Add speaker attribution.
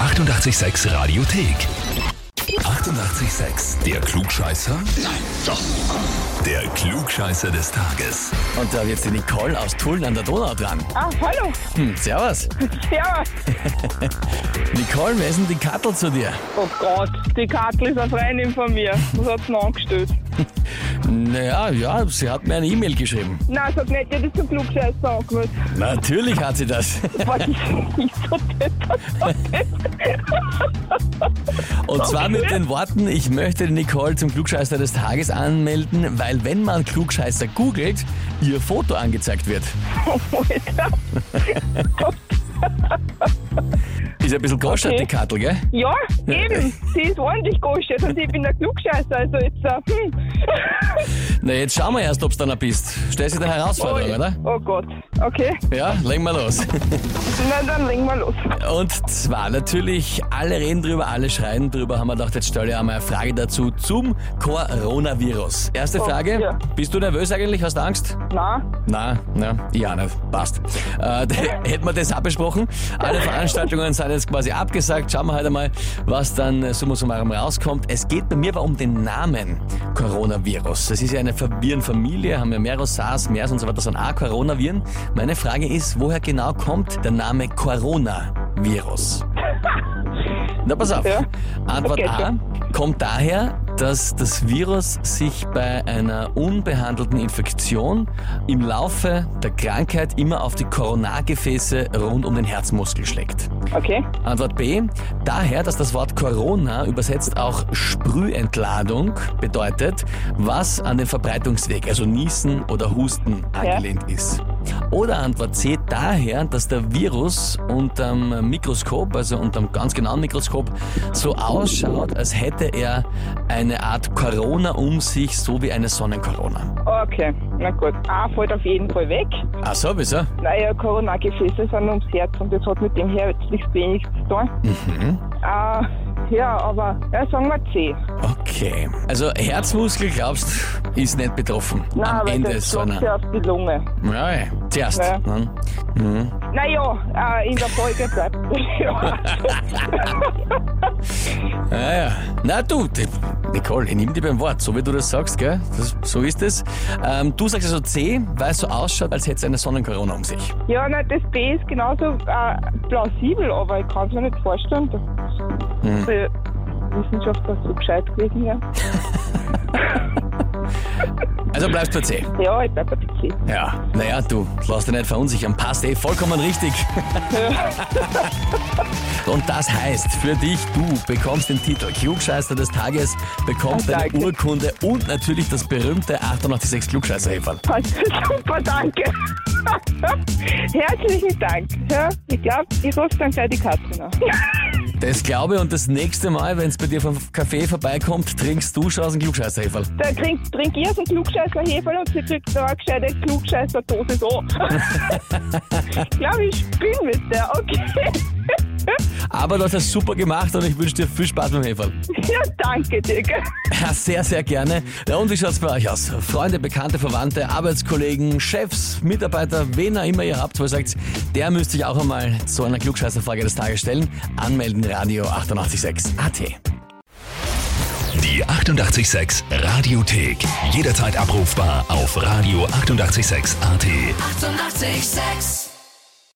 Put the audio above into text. Speaker 1: 886 Radiothek. 88,6. Der Klugscheißer? Nein, doch. Der Klugscheißer des Tages.
Speaker 2: Und da wird die Nicole aus Tulln an der Donau dran.
Speaker 3: Ah, hallo.
Speaker 2: Hm, servus.
Speaker 3: Servus.
Speaker 2: Nicole, wer ist denn die Kattel zu dir?
Speaker 3: Oh Gott, die Kattel ist eine Freundin von mir. Was hat sie denn angestellt?
Speaker 2: Naja, ja, sie hat mir eine E-Mail geschrieben.
Speaker 3: Nein, sag nicht, die hat ist zum Klugscheißer angemeldet.
Speaker 2: Natürlich hat sie das.
Speaker 3: Was ist nicht so deppert?
Speaker 2: Und zwar mit den Worten, ich möchte die Nicole zum Klugscheißer des Tages anmelden, weil wenn man Klugscheißer googelt, ihr Foto angezeigt wird.
Speaker 3: Alter.
Speaker 2: Ist ein bisschen goschert,
Speaker 3: Okay.
Speaker 2: die Kattel, gell?
Speaker 3: Ja, eben. Sie ist ordentlich gostet und ich bin der Klugscheißer. Also jetzt, äh, hm.
Speaker 2: Na, jetzt schauen wir erst, ob's dann einer bist. Stell sie der Herausforderung,
Speaker 3: Ui.
Speaker 2: oder?
Speaker 3: Oh Gott. Okay,
Speaker 2: Ja, legen wir los.
Speaker 3: na dann legen wir los.
Speaker 2: Und zwar natürlich, alle reden drüber, alle schreien drüber, haben wir gedacht, jetzt stelle ich einmal eine Frage dazu zum Coronavirus. Erste
Speaker 3: Oh,
Speaker 2: Frage,
Speaker 3: ja.
Speaker 2: bist du nervös eigentlich? Hast du Angst?
Speaker 3: Na,
Speaker 2: Na, na, ja nicht. Passt. Äh, hätten wir das abbesprochen. Alle Veranstaltungen sind jetzt quasi abgesagt. Schauen wir halt einmal, was dann äh, summa summarum rauskommt. Es geht bei mir aber um den Namen Coronavirus. Das ist ja eine verwirrende Familie, haben ja mehrere SARS, MERS und so weiter, sind auch Coronaviren. Meine Frage ist, woher genau kommt der Name Coronavirus? Na, pass auf.
Speaker 3: Ja.
Speaker 2: Antwort
Speaker 3: Okay,
Speaker 2: A
Speaker 3: schon.
Speaker 2: kommt daher, dass das Virus sich bei einer unbehandelten Infektion im Laufe der Krankheit immer auf die Koronargefäße rund um den Herzmuskel schlägt.
Speaker 3: okay.
Speaker 2: Antwort B, daher, dass das Wort Corona übersetzt auch Sprühentladung bedeutet, was an den Verbreitungsweg, also Niesen oder Husten, angelehnt ist. Oder Antwort C, daher, dass der Virus unterm Mikroskop, also unterm ganz genauen Mikroskop, so ausschaut, als hätte er eine Art Corona um sich, so wie eine Sonnenkorona.
Speaker 3: Okay, na gut. A fällt auf jeden Fall weg.
Speaker 2: Ach so, wieso?
Speaker 3: Naja, Corona-Gefäße sind ums Herz und das hat mit dem Herz nichts wenig zu tun.
Speaker 2: Mhm.
Speaker 3: Ah, ja, aber ja, sagen wir C.
Speaker 2: Okay. Also Herzmuskel, glaubst ist nicht betroffen
Speaker 3: Nein,
Speaker 2: am
Speaker 3: aber
Speaker 2: Ende
Speaker 3: das
Speaker 2: so ne?
Speaker 3: schlägt
Speaker 2: einer
Speaker 3: ja auf die Lunge.
Speaker 2: Ja, ja. zuerst.
Speaker 3: Ja.
Speaker 2: ne?
Speaker 3: Naja, äh, in der Folge bleibt ja.
Speaker 2: Ja, ja. Na du, die- Nicole, ich nehme dich beim Wort, so wie du das sagst, gell? Das, so ist es. Ähm, du sagst also C, weil es so ausschaut, als hätte es eine Sonnenkorona um sich.
Speaker 3: ja, nein, das B ist genauso äh, plausibel, aber ich kann es mir nicht vorstellen. dass
Speaker 2: Mhm.
Speaker 3: Die Wissenschaftler so gescheit gewesen wären.
Speaker 2: Also bleibst bei C.
Speaker 3: Ja, ich bleibe bei C.
Speaker 2: Ja. Naja, du, lass dich nicht verunsichern. Passt eh vollkommen richtig. Und das heißt, für dich, du bekommst den Titel Klugscheißer des Tages, bekommst
Speaker 3: Oh,
Speaker 2: deine
Speaker 3: danke.
Speaker 2: Urkunde und natürlich das berühmte 886 klugscheißer -Häferl.
Speaker 3: Also, Super, danke. Herzlichen Dank. Ja, ich glaube, ich rufe dann gleich die Katrin an.
Speaker 2: Das glaube ich und das nächste Mal, wenn es bei dir vom Café vorbeikommt, trinkst du schon aus dem klugscheißer -Häferl.
Speaker 3: Dann trink, trink ich so einen klugscheißer Heferl und sie kriegt da eine gescheite klugscheißer Dosis an. ich glaube, ich spinne mit der. Okay.
Speaker 2: Aber du hast das super gemacht und ich wünsche dir viel Spaß beim Heferl.
Speaker 3: ja, danke dir. gell?
Speaker 2: Ja, Sehr, sehr gerne. Ja, und wie schaut's bei euch aus? Freunde, Bekannte, Verwandte, Arbeitskollegen, Chefs, Mitarbeiter, wen auch immer ihr habt, wo ihr sagt, der müsste ich auch einmal zu einer Klugscheißerfrage des Tages stellen. Anmelden, Radio 886 AT.
Speaker 1: Die 88,6 Radiothek. Jederzeit abrufbar auf radio886.at. 88,6.
Speaker 4: Eighty-eight, sex.